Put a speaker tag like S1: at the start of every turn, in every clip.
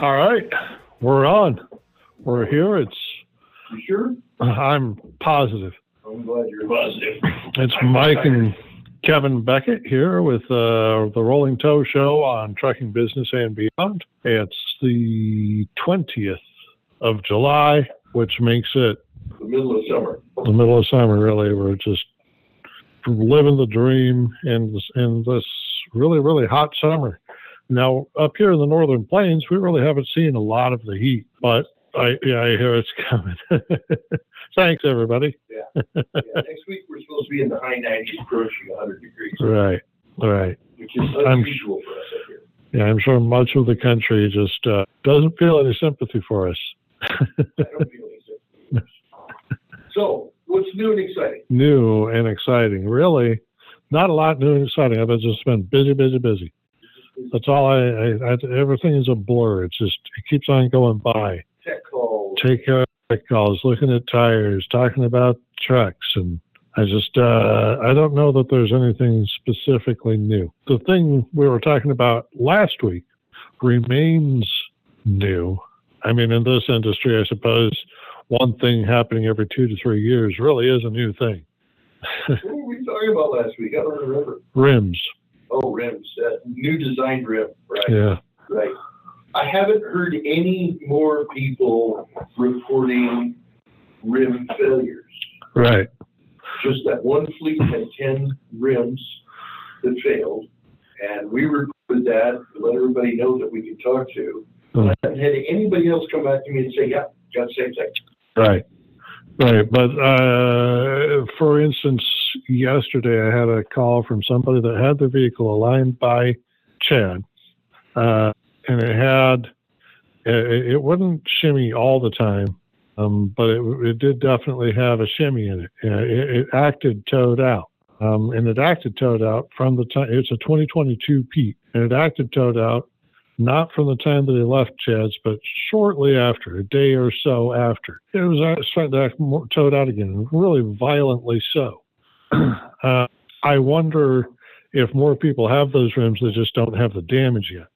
S1: All right, we're on. We're here. It's
S2: You sure?
S1: I'm positive.
S2: I'm glad you're positive.
S1: It's Mike and Kevin Beckett here with uh, the Rolling Toe Show on Trucking Business and Beyond. It's the 20th of July, which makes it
S2: The middle of summer.
S1: the middle of summer. Really, we're just living the dream in this, in this really really hot summer. Now up here in the northern plains, we really haven't seen a lot of the heat, but I yeah, I hear it's coming. Thanks everybody.
S2: Yeah, next week we're supposed to be in the high 90s, approaching 100 degrees,
S1: Right, right.
S2: which is
S1: I'm-
S2: unusual for us up here.
S1: Yeah, I'm sure much of the country just uh, doesn't feel any sympathy for us.
S2: I don't feel any sick. So, what's new and exciting?
S1: New and exciting, really. Not a lot new and exciting. I've just been busy, busy, busy. That's all I, I, I everything is a blur. It's just it keeps on going by.
S2: Tech calls.
S1: Take care of tech calls, looking at tires, talking about trucks and I just uh, I don't know that there's anything specifically new. The thing we were talking about last week remains new. I mean, in this industry, I suppose one thing happening every two to three years really is a new thing.
S2: What were we talking about last week? I don't remember.
S1: Rims,
S2: Oh, rims. That new designed rim. Right.
S1: yeah,
S2: Right. I haven't heard any more people reporting rim failures.
S1: right,
S2: just that one fleet had ten rims that failed, and we reported that, let everybody know that we could talk to.
S1: Hmm.
S2: And I haven't had anybody else come back to me and say, yeah, got the same thing.
S1: right, right. But uh, for instance, yesterday I had a call from somebody that had their vehicle aligned by Chad, uh, and it had it, it wouldn't shimmy all the time, um, but it, it did definitely have a shimmy in it. Uh, It, it acted towed out, um, and it acted towed out from the time. It's a 2022 Pete, and it acted towed out not from the time that he left Chad's, but shortly after, a day or so after. It was uh, starting to act more, towed out again, really violently so. uh, I wonder if more people have those rims that just don't have the damage yet.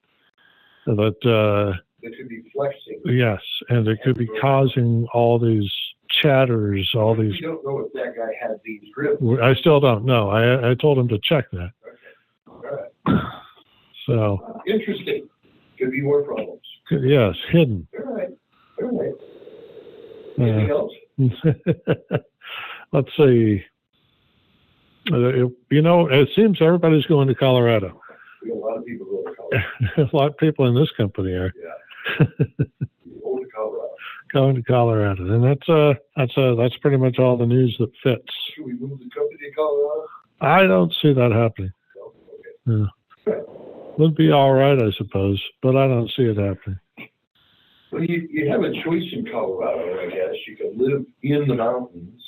S1: That uh,
S2: It could be flexing.
S1: Yes, and it could be causing all these chatters, all these.
S2: We don't know if that guy had these rims.
S1: I still don't know. I I told him to check that.
S2: All right.
S1: So
S2: Interesting. Could be more problems.
S1: yes, hidden.
S2: All right. All right.
S1: Uh,
S2: Anything else?
S1: let's see. Uh, it- you know, it seems everybody's going to Colorado.
S2: We got a lot of people going to Colorado.
S1: A lot of people in this company are
S2: Going to Colorado.
S1: going to Colorado, and that's uh that's uh that's pretty much all the news that fits.
S2: Should we move the company to Colorado?
S1: I don't see that happening.
S2: No? Okay.
S1: Would be all right, I suppose, but I don't see it happening.
S2: Well, you, you have a choice in Colorado, I guess. You could live in the mountains,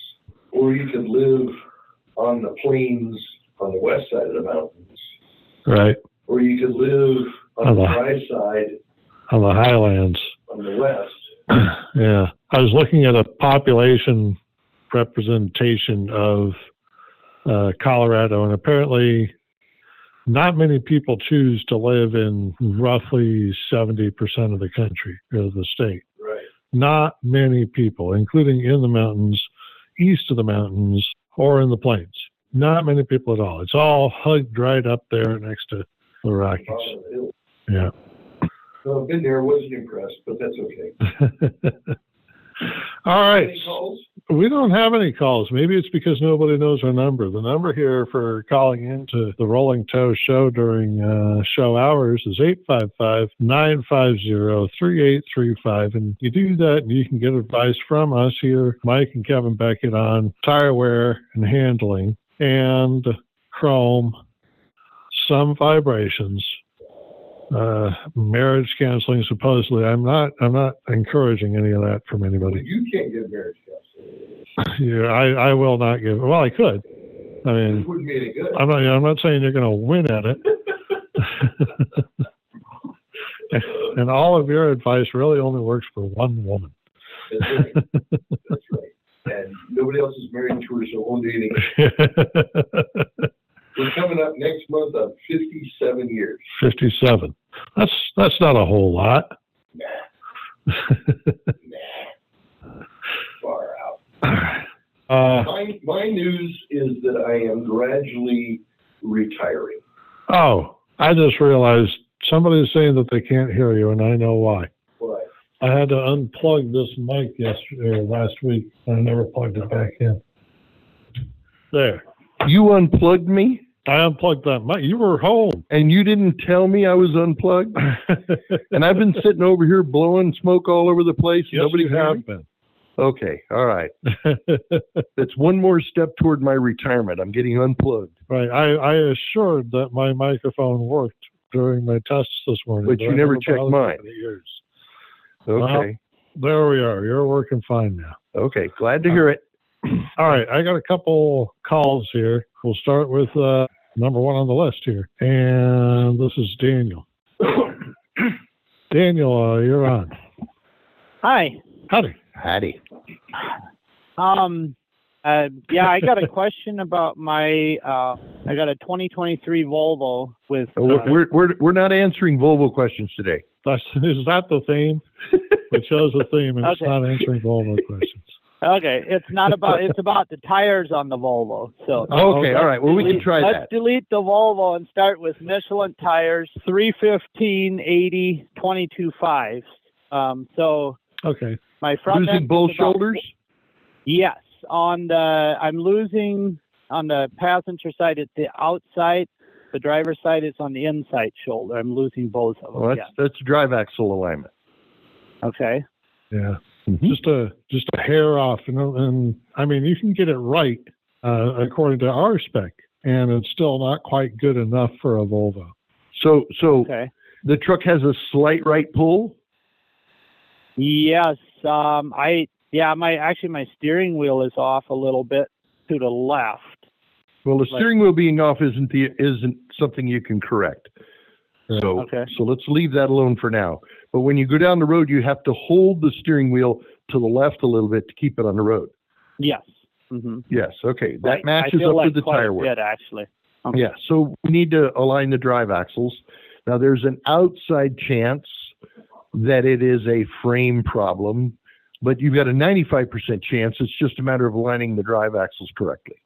S2: or you could live on the plains on the west side of the mountains,
S1: Right.
S2: or you could live on the
S1: Uh-huh.
S2: dry side
S1: On the highlands.
S2: on the west.
S1: yeah. I was looking at a population representation of uh, Colorado, and apparently not many people choose to live in roughly 70% of the country, of the state.
S2: Right.
S1: Not many people, including in the mountains, east of the mountains, or in the plains. Not many people at all. It's all hugged right up there next to the Rockies.
S2: Bottom of the hill.
S1: Yeah.
S2: So I've been there, wasn't impressed, but that's okay.
S1: All right.
S2: Any calls?
S1: We don't have any calls. Maybe it's because nobody knows our number. The number here for calling into the Rolling Toe show during uh, show hours is 855 950 3835. And you do that and you can get advice from us here, Mike and Kevin Beckett, on tire wear and handling and chrome, some vibrations. Uh, marriage counseling supposedly. I'm not. I'm not encouraging any of that from anybody.
S2: You can't get marriage counseling.
S1: Yeah, I, I will not give. Well, I could. I
S2: This
S1: mean,
S2: wouldn't be any good.
S1: I'm not. I'm not saying you're going to win at it. and all of your advice really only works for one woman.
S2: That's right. That's right. And nobody else is married to her, so it won't do anything. We're coming up next month on 57 years.
S1: Fifty-seven. That's that's not a whole lot.
S2: Nah,
S3: Nah. Far out.
S1: Uh,
S3: My, my news is that I am gradually retiring.
S1: oh, I just realized somebody's saying that they can't hear you, and I know why.
S3: But
S1: I had to unplug this mic yesterday or last week, and I never plugged it back in. There,
S2: You unplugged me
S1: I unplugged that mic. You were home.
S2: and you didn't tell me I was unplugged. And I've been sitting over here blowing smoke all over the place.
S1: Yes,
S2: Nobody
S1: you
S2: can hear me?
S1: have been.
S2: Okay. All right. That's one more step toward my retirement. I'm getting unplugged,
S1: right. I, I assured that my microphone worked during my tests this morning.
S2: But you
S1: I
S2: never
S1: haven't
S2: checked
S1: bothered
S2: mine.
S1: for the years.
S2: Okay.
S1: There we are. You're working fine now.
S2: Okay. Glad to hear it.
S1: All right, I got a couple calls here. We'll start with uh, number one on the list here, and this is Daniel. Daniel, uh, you're on.
S4: Hi.
S1: Howdy.
S2: Howdy.
S4: Um, uh, yeah, I got a question about my, uh, I got a 2023 Volvo with,
S2: Uh, We're, we're, we're, we're not answering Volvo questions today.
S1: That's, is that the theme? It shows the theme, and it's
S4: Okay.
S1: not answering Volvo questions.
S4: uh, okay, it's not about, it's about the tires on the Volvo, so.
S3: Oh,
S2: Okay. All right. Well, we can
S4: Let's-
S2: try
S4: Let's
S2: that.
S4: delete the Volvo and start with Michelin tires, 315, 80, 22.5. Um, so
S1: Okay.
S4: my front end.
S2: Losing
S4: is
S2: both
S4: about-
S2: shoulders?
S4: Yes, on the I'm losing on the passenger side. It's the outside. The driver's side is on the inside shoulder. I'm losing both of them.
S2: Well, that's,
S4: yeah.
S2: that's drive axle alignment.
S4: Okay.
S1: Yeah. Mm-hmm. Just a just a hair off, and, and I mean you can get it right uh, according to our spec, and it's still not quite good enough for a Volvo.
S2: So, so
S4: Okay.
S2: the truck has a slight right pull.
S4: Yes. Um. I. Yeah. My actually my steering wheel is off a little bit to the left.
S2: Well, the
S4: Right.
S2: steering wheel being off isn't the, isn't something you can correct. So,
S4: Okay.
S2: so let's leave that alone for now. But when you go down the road, you have to hold the steering wheel to the left a little bit to keep it on the road.
S4: Yes. Mm-hmm.
S2: Yes, okay. That
S4: I
S2: matches
S4: feel
S2: up
S4: like
S2: with the
S4: quite a
S2: tire work.
S4: bit, actually.
S2: Yeah, so we need to align the drive axles. Now, there's an outside chance that it is a frame problem, but you've got a 95% chance. It's just a matter of aligning the drive axles correctly.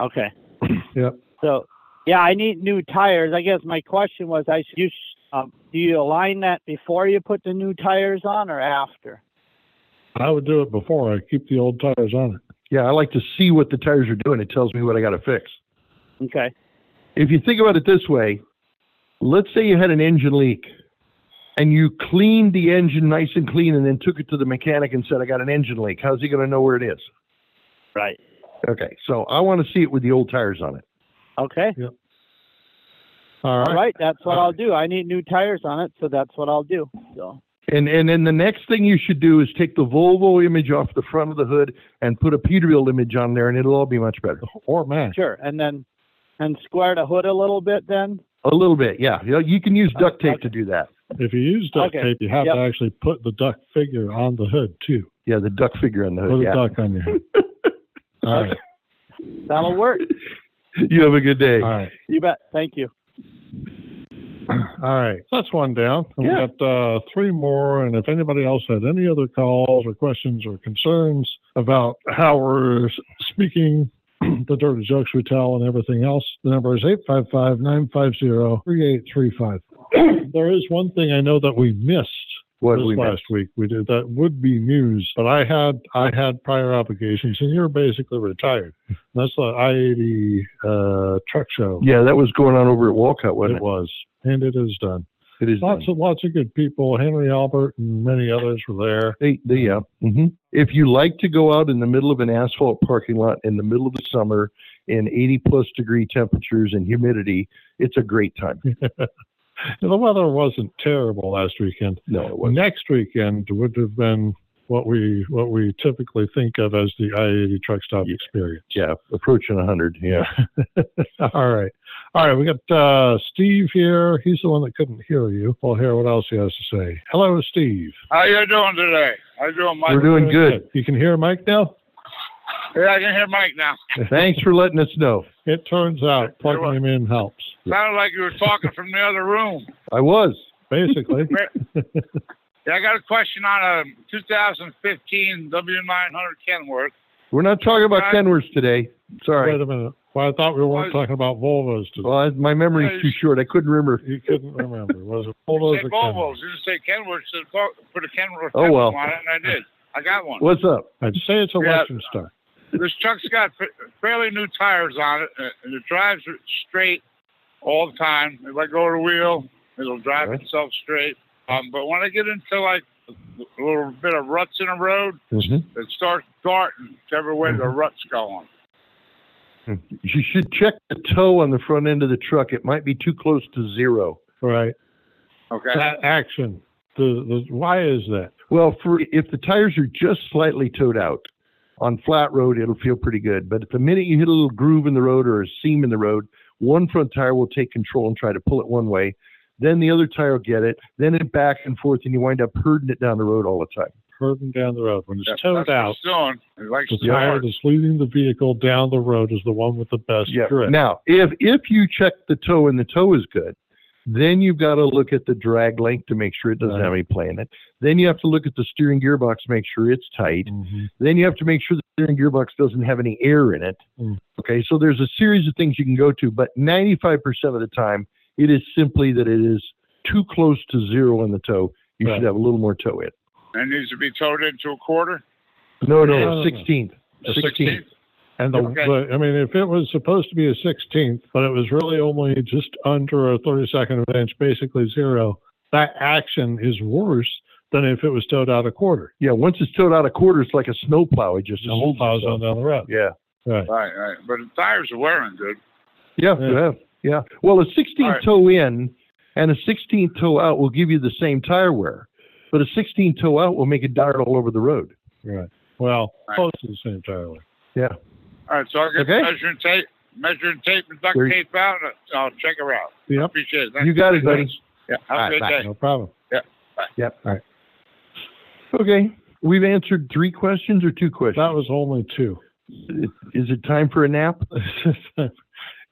S4: Okay.
S1: Yep.
S4: So, yeah, I need new tires. I guess my question was, I should, you sh- um, do you align that before you put the new tires on or after?
S1: I would do it before I keep the old tires on it.
S2: Yeah, I like to see what the tires are doing. It tells me what I got to fix.
S4: Okay.
S2: if you think about it this way, let's say you had an engine leak and you cleaned the engine nice and clean and then took it to the mechanic and said, I got an engine leak. How's he going to know where it is?
S4: Right.
S2: Okay. So I want to see it with the old tires on it.
S4: Okay.
S1: All right.
S4: All right. That's what I'll do. I need new tires on it, so that's what I'll do. So,
S2: And, and then the next thing you should do is take the Volvo image off the front of the hood and put a Peterbilt image on there and it'll all be much better.
S1: Or Mac.
S4: sure. And then, and square the hood a little bit then.
S2: A little bit. Yeah. You, know, you can use duct tape
S4: Okay.
S2: to do that.
S1: If you use duct
S4: Okay,
S1: tape, you have
S4: yep.
S1: to actually put the duck figure on the hood too.
S2: Yeah. The duck figure on the
S1: Put
S2: hood.
S1: a
S2: Uh, Yeah.
S1: duck on your head. All right.
S4: That'll work.
S2: You have a good day.
S1: All right.
S4: You bet. Thank you.
S1: All right. That's one down. We've
S2: Yeah.
S1: got uh, three more. And if anybody else had any other calls or questions or concerns about how we're s- speaking, the dirty jokes we tell, and everything else, the number is 855 950 3835. There is one thing I know that we missed
S2: What
S1: this
S2: we
S1: last
S2: missed?
S1: week we did that would be news but i had i had prior obligations and you're basically retired that's the i-80 uh truck show
S2: Yeah. That was going on over at Walcott, wasn't
S1: it was and it is done
S2: it? It is. done.
S1: lots of lots of good people henry albert and many others were there
S2: They, they, yeah. hmm If you like to go out in the middle of an asphalt parking lot in the middle of the summer in 80 plus degree temperatures and humidity, it's a great time.
S1: And the weather wasn't terrible last weekend
S2: No, it wasn't.
S1: next weekend would have been what we what we typically think of as the i-80 truck stop
S2: Yeah.
S1: experience
S2: Yeah, approaching 100. Yeah.
S1: All right. All right. We got uh, Steve here. He's the one that couldn't hear you. We'll hear what else he has to say. Hello, Steve.
S5: How you doing today? How you doing, Mike?
S2: We're doing good.
S1: You can hear Mike now?
S5: Yeah, I can hear Mike now.
S2: Thanks for letting us know.
S1: It turns out plugging him in helps,
S5: Sounded like you were talking from the other room.
S2: I was.
S1: basically.
S5: Yeah, I got a question on a 2015 W900 Kenworth.
S2: We're not talking about
S5: Right.
S2: Kenworths today. Sorry.
S1: Wait a minute. Well, I thought we weren't talking about Volvos today.
S2: Well, I- my memory's too short. I couldn't remember.
S1: You couldn't remember. Was it
S5: You
S1: Volvos
S5: said
S1: or
S5: Volvos.
S1: Kenworth?
S5: You didn't say Kenworth. You said Vol- put a Kenworth
S2: Oh, well.
S5: emblem on it, and I did. I got one.
S2: What's up?
S1: I'd say it's a
S5: Yeah.
S1: Western Star.
S5: This truck's got fa- fairly new tires on it, uh, and it drives r- straight all the time. If I go to wheel, it'll drive
S2: Alright.
S5: itself straight. Um, but when I get into like a little bit of ruts in a road,
S1: Mhm.
S5: it starts darting whichever way
S2: Mm-hmm.
S5: the rut's going.
S2: You should check the toe on the front end of the truck. It might be too close to zero.
S1: Right.
S5: Okay.
S1: That action. The, the why is that?
S2: Well, for if the tires are just slightly towed out on flat road, it'll feel pretty good. But the minute you hit a little groove in the road or a seam in the road, one front tire will take control and try to pull it one way. Then the other tire will get it. Then it back and forth, and you wind up herding it down the road all the time.
S1: hurting down the road. When it's
S5: Yeah,
S1: towed
S5: that's what
S1: out,
S5: it's doing. It likes
S1: the
S5: to
S1: tire
S5: dart.
S1: that's leading the vehicle down the road is the one with the best grip.
S2: Now, if if you check the toe and the toe is good, then you've got to look at the drag length to make sure it doesn't
S1: Right.
S2: have any play in it. Then you have to look at the steering gearbox, make sure it's tight.
S1: Mhm.
S2: Then you have to make sure the steering gearbox doesn't have any air in it.
S1: Mm.
S2: Okay, so there's a series of things you can go to, but 95% of the time, it is simply that it is too close to zero in the toe. You
S1: Right.
S2: should have a little more toe in.
S5: And needs to be towed into a quarter.
S2: No,
S1: No, no,
S2: no,
S1: no.
S2: 16th.
S5: A
S2: 16th.
S1: And the,
S5: Okay.
S1: the- I mean, if it was supposed to be a 16th, but it was really only just under a 32nd of an inch, basically zero, that action is worse than if it was towed out a quarter.
S2: Yeah, once it's towed out a quarter, it's like a snowplow. It just
S1: The whole pile's on down the road.
S2: Yeah.
S5: Right, right. But the tires are wearing good.
S2: Yeah,
S1: Yeah.
S2: yeah, yeah. Well, a 16
S5: All right.
S2: toe in and a 16 toe out will give you the same tire wear, but a 16 toe out will make it dart all over the road.
S1: Right. Well,
S5: Right.
S1: close to the same tire length.
S5: All right, so I'll get
S2: Okay.
S5: measuring tape, measuring tape and duct
S2: There you-
S5: tape out, and I'll check her out.
S1: Yep.
S5: Appreciate it.
S2: You got it, buddy.
S5: Yeah,
S2: All right,
S5: have a good
S2: bye.
S5: day.
S1: No problem.
S2: Okay, we've answered three questions or two questions.
S1: That was only two.
S2: Is it time for a nap?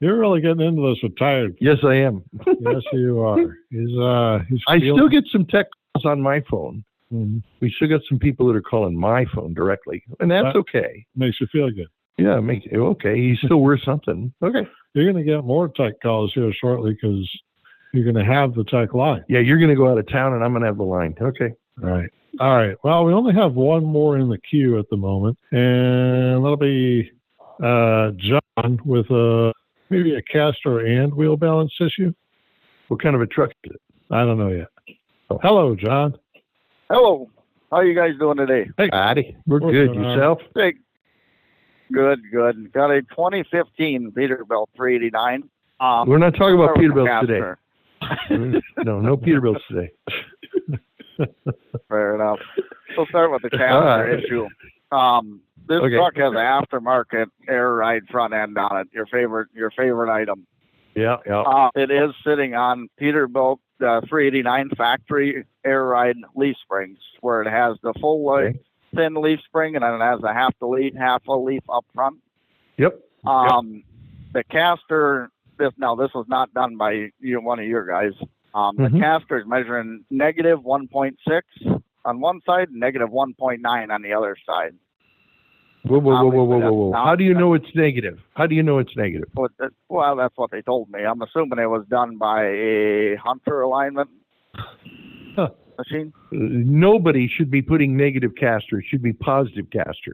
S1: You're really getting into this with tired.
S2: Yes, I am.
S1: Yes, you are. He's uh, he's.
S2: I
S1: feeling-
S2: still get some tech calls on my phone.
S1: Mhm.
S2: We still got some people that are calling my phone directly, and that's okay.
S1: makes you feel good.
S2: Yeah, make okay. He's still worth something. Okay.
S1: you're going to get more tech calls here shortly because you're going to have the tech line.
S2: Yeah, you're gonna go out of town, and I'm gonna have the line. Okay.
S1: All right. All right. Well, we only have one more in the queue at the moment, and that'll be uh, John with a maybe a caster and wheel balance issue.
S2: What kind of a truck is it?
S1: I don't know yet. Hello, John.
S6: Hello. How you guys doing today?
S2: Howdy. We're
S1: What's
S2: good.
S1: going on?
S2: Yourself?
S6: Hey. Good, good. Got a 2015 Peterbilt 389. Um,
S2: We're not talking about
S6: start with the
S2: Peterbilt today.
S6: caster.
S2: no, no Peterbilt today.
S6: Fair enough. We'll start with the
S2: All
S6: caster
S2: right.
S6: issue. Um, this
S2: Okay.
S6: truck has an aftermarket air ride front end on it. Your favorite, your favorite item.
S2: Yeah, yeah.
S6: Uh, it is sitting on Peterbilt uh, 389 factory air ride leaf springs, where it has the full
S2: Okay.
S6: leaf, thin leaf spring, and then it has a half the leaf, half a leaf up front.
S2: Yep.
S6: Um, the caster. This now this was not done by you, one of your guys. Um, the
S4: Mm-hmm.
S2: Mhm.
S6: caster is measuring negative 1.6 on one side, negative 1.9 on the other side.
S2: Whoa, whoa, whoa, whoa, whoa, whoa, whoa.
S6: Obviously,
S2: How do you
S6: that's-
S2: know it's negative? How do you know it's negative?
S6: But that, well, that's what they told me. I'm assuming it was done by a hunter alignment
S1: Huh.
S6: machine.
S2: Uh, Nobody should be putting negative caster. It should be positive caster.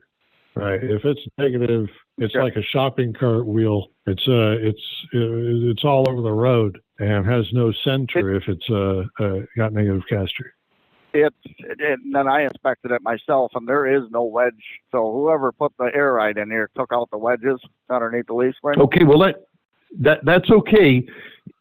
S1: Right. If it's negative, it's
S6: Yeah.
S1: like a shopping cart wheel. It's uh, it's uh, it's all over the road and has no center if it's uh, uh got negative caster.
S6: It's and then I inspected it myself, and there is no wedge. So whoever put the air ride in here took out the wedges underneath the leaf spring.
S2: Okay, well that that that's okay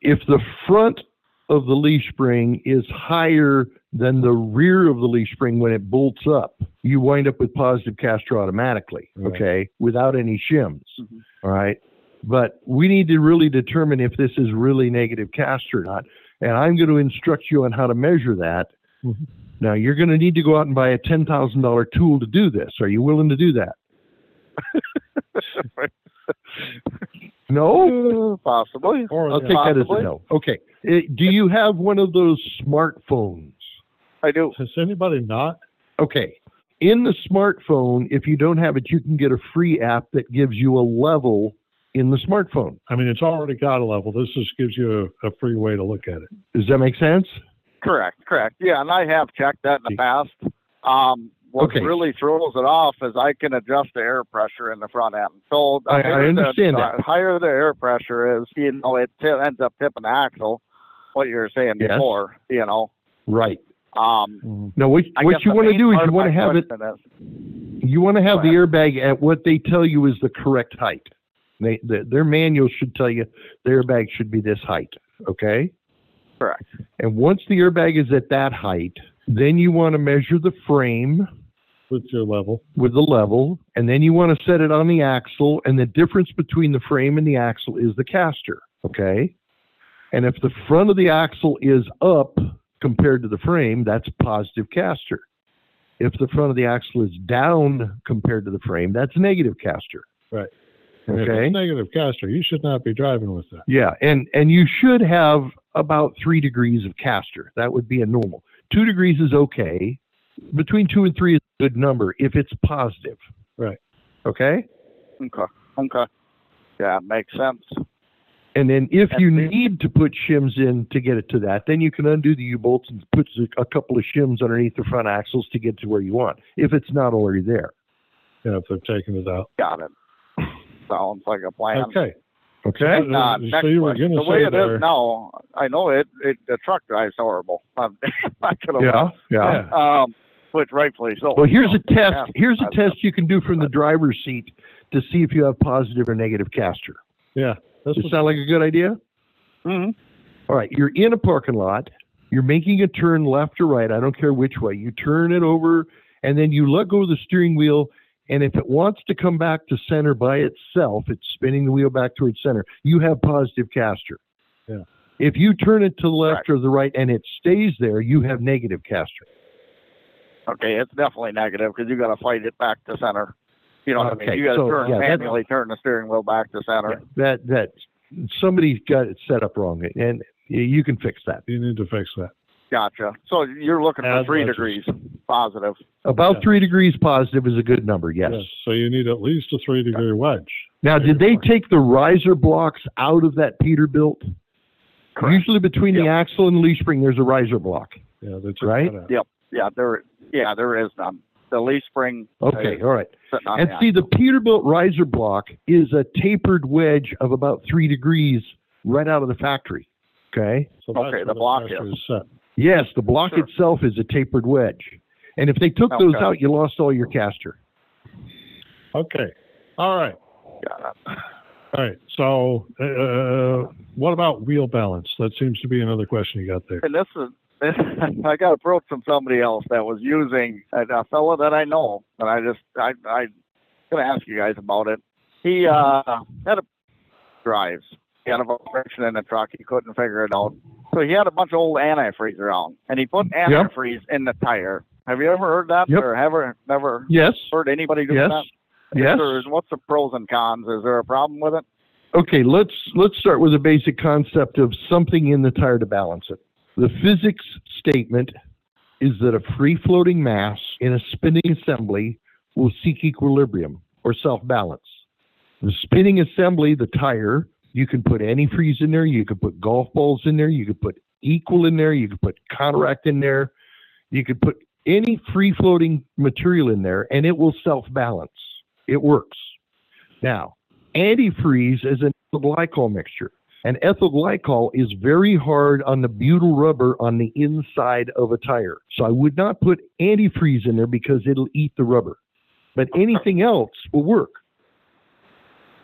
S2: if the front of the leaf spring is higher than the rear of the leaf spring when it bolts up. You wind up with positive caster automatically,
S1: Right.
S2: okay, without any shims.
S6: Mhm.
S2: all right, but we need to really determine if this is really negative caster or not. And I'm going to instruct you on how to measure that.
S1: Mhm.
S2: Now you're going to need to go out and buy a ten thousand dollar tool to do this. Are you willing to do that? No.
S6: Uh, Possibly.
S1: Or
S2: I'll take that as a Eh,
S6: Possibly.
S2: no. Okay. Uh, Do you have one of those smartphones?
S6: I do.
S1: Has anybody not?
S2: Okay. In the smartphone, if you don't have it, you can get a free app that gives you a level in the smartphone.
S1: I mean, it's already got a level. This just gives you a, a free way to look at it.
S2: Does that make sense?
S6: Correct, correct. Yeah, and I have checked that in the past. Um, what
S2: Okay.
S6: really throws it off is I can adjust the air pressure in the front end. So the
S2: I- I
S6: higher the-
S2: understand
S6: the
S2: that.
S6: higher the air pressure is, you know, it t- ends up tipping the axle. What you were saying
S2: Yes.
S6: before, you know.
S2: Right.
S6: Um,
S1: Mm-hmm.
S2: Now, what,
S6: I
S2: what
S6: guess
S2: you
S6: the
S2: want to
S6: main
S2: do is
S6: part
S2: you
S6: of
S2: want to
S6: my
S2: have it,
S6: question is-
S2: you want to have the
S6: Go
S2: airbag at what they tell you is the correct height. They, the, their manual should tell you the airbag should be this height. Okay.
S6: Correct.
S2: And once the airbag is at that height, then you want to measure the frame
S1: With your level.
S2: with the level, and then you want to set it on the axle, and the difference between the frame and the axle is the caster, okay? And if the front of the axle is up compared to the frame, that's positive caster. If the front of the axle is down compared to the frame, that's negative caster.
S1: Right. And if
S2: Okay.
S1: it's negative caster, you should not be driving with that.
S2: Yeah, and and you should have about three degrees of caster. That would be a normal. Two degrees is okay. Between two and three is a good number if it's positive.
S1: Right.
S2: Okay.
S6: Okay. Okay. Yeah, makes sense.
S2: And then if
S6: That's
S2: you
S6: it.
S2: need to put shims in to get it to that, then you can undo the U-bolts and put a- a couple of shims underneath the front axles to get to where you want, if it's not already there.
S1: Yeah, if they're taking it out.
S6: Got it. Sounds like a plan.
S1: Okay.
S2: Okay?
S1: Uh,
S6: Uh,
S1: so
S6: next
S1: you were
S6: question.
S1: gonna
S6: The way
S1: say
S6: it
S1: there-
S6: is now, I know it, it, the truck drives horrible. I'm not gonna lie.
S2: Yeah, yeah.
S1: Yeah.
S6: Um, which rightfully so.
S2: Well, here's a
S6: Yeah.
S2: test, here's a
S6: I've-
S2: test you can do from the driver's seat to see if you have positive or negative caster.
S1: That's
S2: Does
S1: what-
S2: it sound like a good idea?
S6: hmm
S2: All right, you're in a parking lot. You're making a turn left or right. I don't care which way. You turn it over and then you let go of the steering wheel. And if it wants to come back to center by itself, it's spinning the wheel back towards center. You have positive caster.
S1: Yeah.
S2: If you turn it to the left or the right and it stays there, you have negative caster.
S6: Okay, it's definitely negative because you got to fight it back to center. You know what I
S2: Okay,
S6: mean? You got to
S2: so,
S6: turn
S2: yeah, that's-
S6: manually turn the steering wheel back to center.
S2: That that somebody's got it set up wrong, and you can fix that.
S1: you need to fix that.
S6: Gotcha. So you're looking for
S1: As
S6: three
S1: much as-
S6: degrees positive.
S2: About
S1: Yeah.
S2: three degrees positive is a good number.
S1: Yeah,
S2: Yes.
S1: So you need at least a three degree wedge.
S2: Now,
S1: Very
S2: did they
S1: important.
S2: take the riser blocks out of that Peterbilt? Usually between the axle and the leaf spring, there's a riser block.
S1: Yeah, they took
S2: Right?
S1: that out.
S6: Yeah, there. Yeah, there is none. The leaf spring.
S2: Okay, all right.
S6: sitting on
S2: And
S6: the
S2: see, the
S6: axle.
S2: Peterbilt riser block is a tapered wedge of about three degrees right out of the factory. Okay?
S1: So that's
S6: Okay,
S1: where
S6: the block
S1: pressure
S6: is.
S1: set.
S2: Yes, the block
S6: Sure.
S2: itself is a tapered wedge. And if they took those
S6: Okay.
S2: out, you lost all your caster.
S1: Okay. All right.
S6: Got it.
S1: All right. So, uh, what about wheel balance? That seems to be another question you got there.
S6: And this is. I got approached from somebody else that was using a, a fellow that I know, and I just I I gonna ask you guys about it. He uh had a drives. He had a vibration in the truck. He couldn't figure it out, so he had a bunch of old antifreeze around, and he put antifreeze in the tire. Have you ever heard that,
S2: Yep.
S6: or ever never
S2: Yes,
S6: heard anybody do
S2: yes,
S6: that?
S2: yes.
S6: Or is- what's the pros and cons? Is there a problem with it?
S2: Okay, let's let's start with a basic concept of something in the tire to balance it. The physics statement is that a free floating mass in a spinning assembly will seek equilibrium or self balance. The spinning assembly, the tire, you can put antifreeze in there, you could put golf balls in there, you could put equal in there, you could put counteract in there, you could put any free floating material in there and it will self balance. It works. Now, antifreeze is an ethyl glycol mixture. And ethyl glycol is very hard on the butyl rubber on the inside of a tire. So I would not put antifreeze in there because it'll eat the rubber. But anything else will work.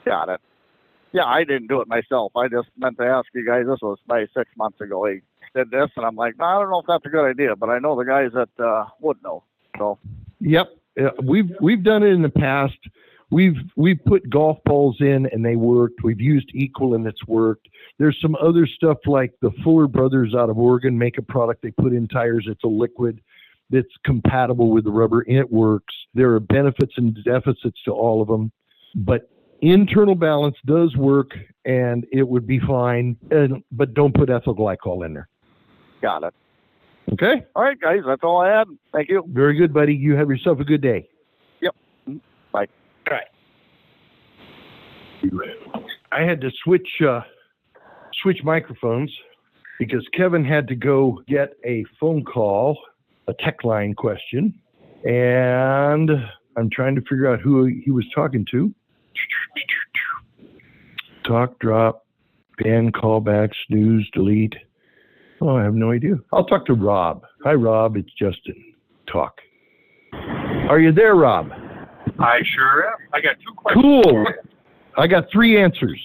S6: Got it. Yeah, I didn't do it myself. I just meant to ask you guys. This was maybe six months ago. He did this, and I'm like, I don't know if that's a good idea, but I know the guys that uh, would know. So
S2: Yep, uh, we've we've done it in the past. We've we've put golf balls in and they worked. We've used equal and it's worked. There's some other stuff like the Fuller Brothers out of Oregon make a product they put in tires. It's a liquid that's compatible with the rubber. and It works. There are benefits and deficits to all of them, but internal balance does work and it would be fine. And, but don't put ethyl glycol in there.
S6: got it.
S2: Okay?
S6: All right, guys, that's all I had. Thank you.
S2: Very good, buddy. You have yourself a good day. I had to switch uh, switch microphones because Kevin had to go get a phone call, a tech line question, and I'm trying to figure out who he was talking to. Talk, drop, ban, callback, snooze, delete. Oh, I have no idea. I'll talk to Rob. Hi, Rob. It's Justin. Talk. Are you there, Rob?
S7: I sure am. I got two questions.
S2: Cool. I got three answers.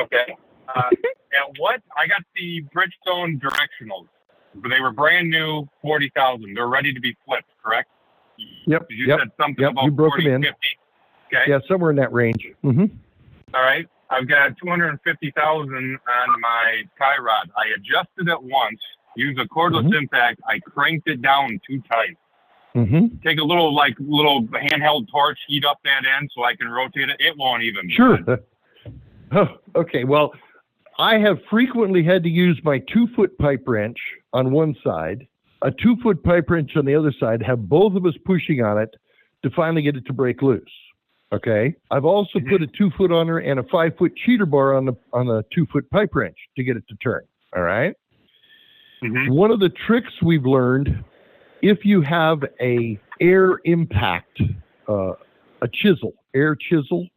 S7: Okay. Uh, and what? I got the Bridgestone directionals. They were brand new, forty thousand. They're ready to be flipped, correct?
S2: Yep.
S7: You
S2: yep.
S7: said something
S2: yep,
S7: about
S2: you broke
S7: 40,
S2: them in.
S7: 50. Okay.
S2: Yeah, somewhere in that range. hmm
S7: All right. I've got two hundred and fifty thousand on my tie rod. I adjusted it once, used a cordless
S2: Mm-hmm.
S7: impact. I cranked it down too tight.
S2: hmm
S7: Take a little like little handheld torch, heat up that end so I can rotate it. It won't even.
S2: Sure. Oh, okay. Well, I have frequently had to use my two foot pipe wrench on one side, a two foot pipe wrench on the other side, have both of us pushing on it to finally get it to break loose. Okay. I've also put a two foot on her and a five foot cheater bar on the on the two foot pipe wrench to get it to turn. All right.
S7: Mhm.
S2: One of the tricks we've learned, if you have a air impact, uh, a chisel, air chisel,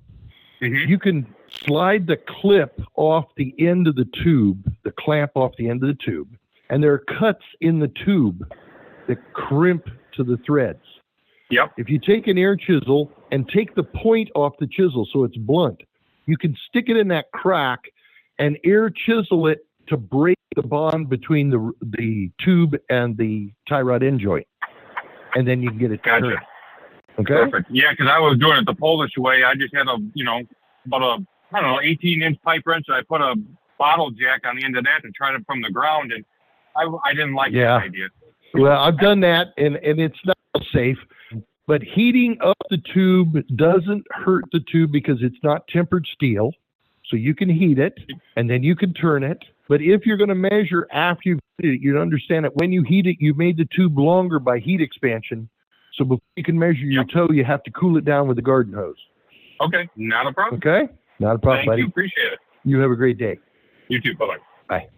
S7: Mhm.
S2: you can slide the clip off the end of the tube, the clamp off the end of the tube, and there are cuts in the tube that crimp to the threads.
S7: Yep.
S2: If you take an air chisel and take the point off the chisel so it's blunt, you can stick it in that crack and air chisel it to break the bond between the the tube and the tie rod end joint, and then you can get it to
S7: Gotcha.
S2: turn. Okay.
S7: Perfect. Yeah, because I was doing it the Polish way. I just had a, you know, about a, I don't know, 18 inch pipe wrench. I put a bottle jack on the end of that and tried it from the ground, and I, I didn't like
S2: Yeah.
S7: that idea.
S2: Well, I've done that, and, and it's not safe. But heating up the tube doesn't hurt the tube because it's not tempered steel. So you can heat it and then you can turn it. But if you're going to measure after you've heated it, you understand that when you heat it, you made the tube longer by heat expansion. So before you can measure your toe, you have to cool it down with a garden hose.
S7: Okay, not a problem.
S2: Okay? Not a problem,
S7: Thank
S2: buddy.
S7: you. Appreciate it.
S2: You have a great day.
S7: You too. Bye bye.
S2: Bye.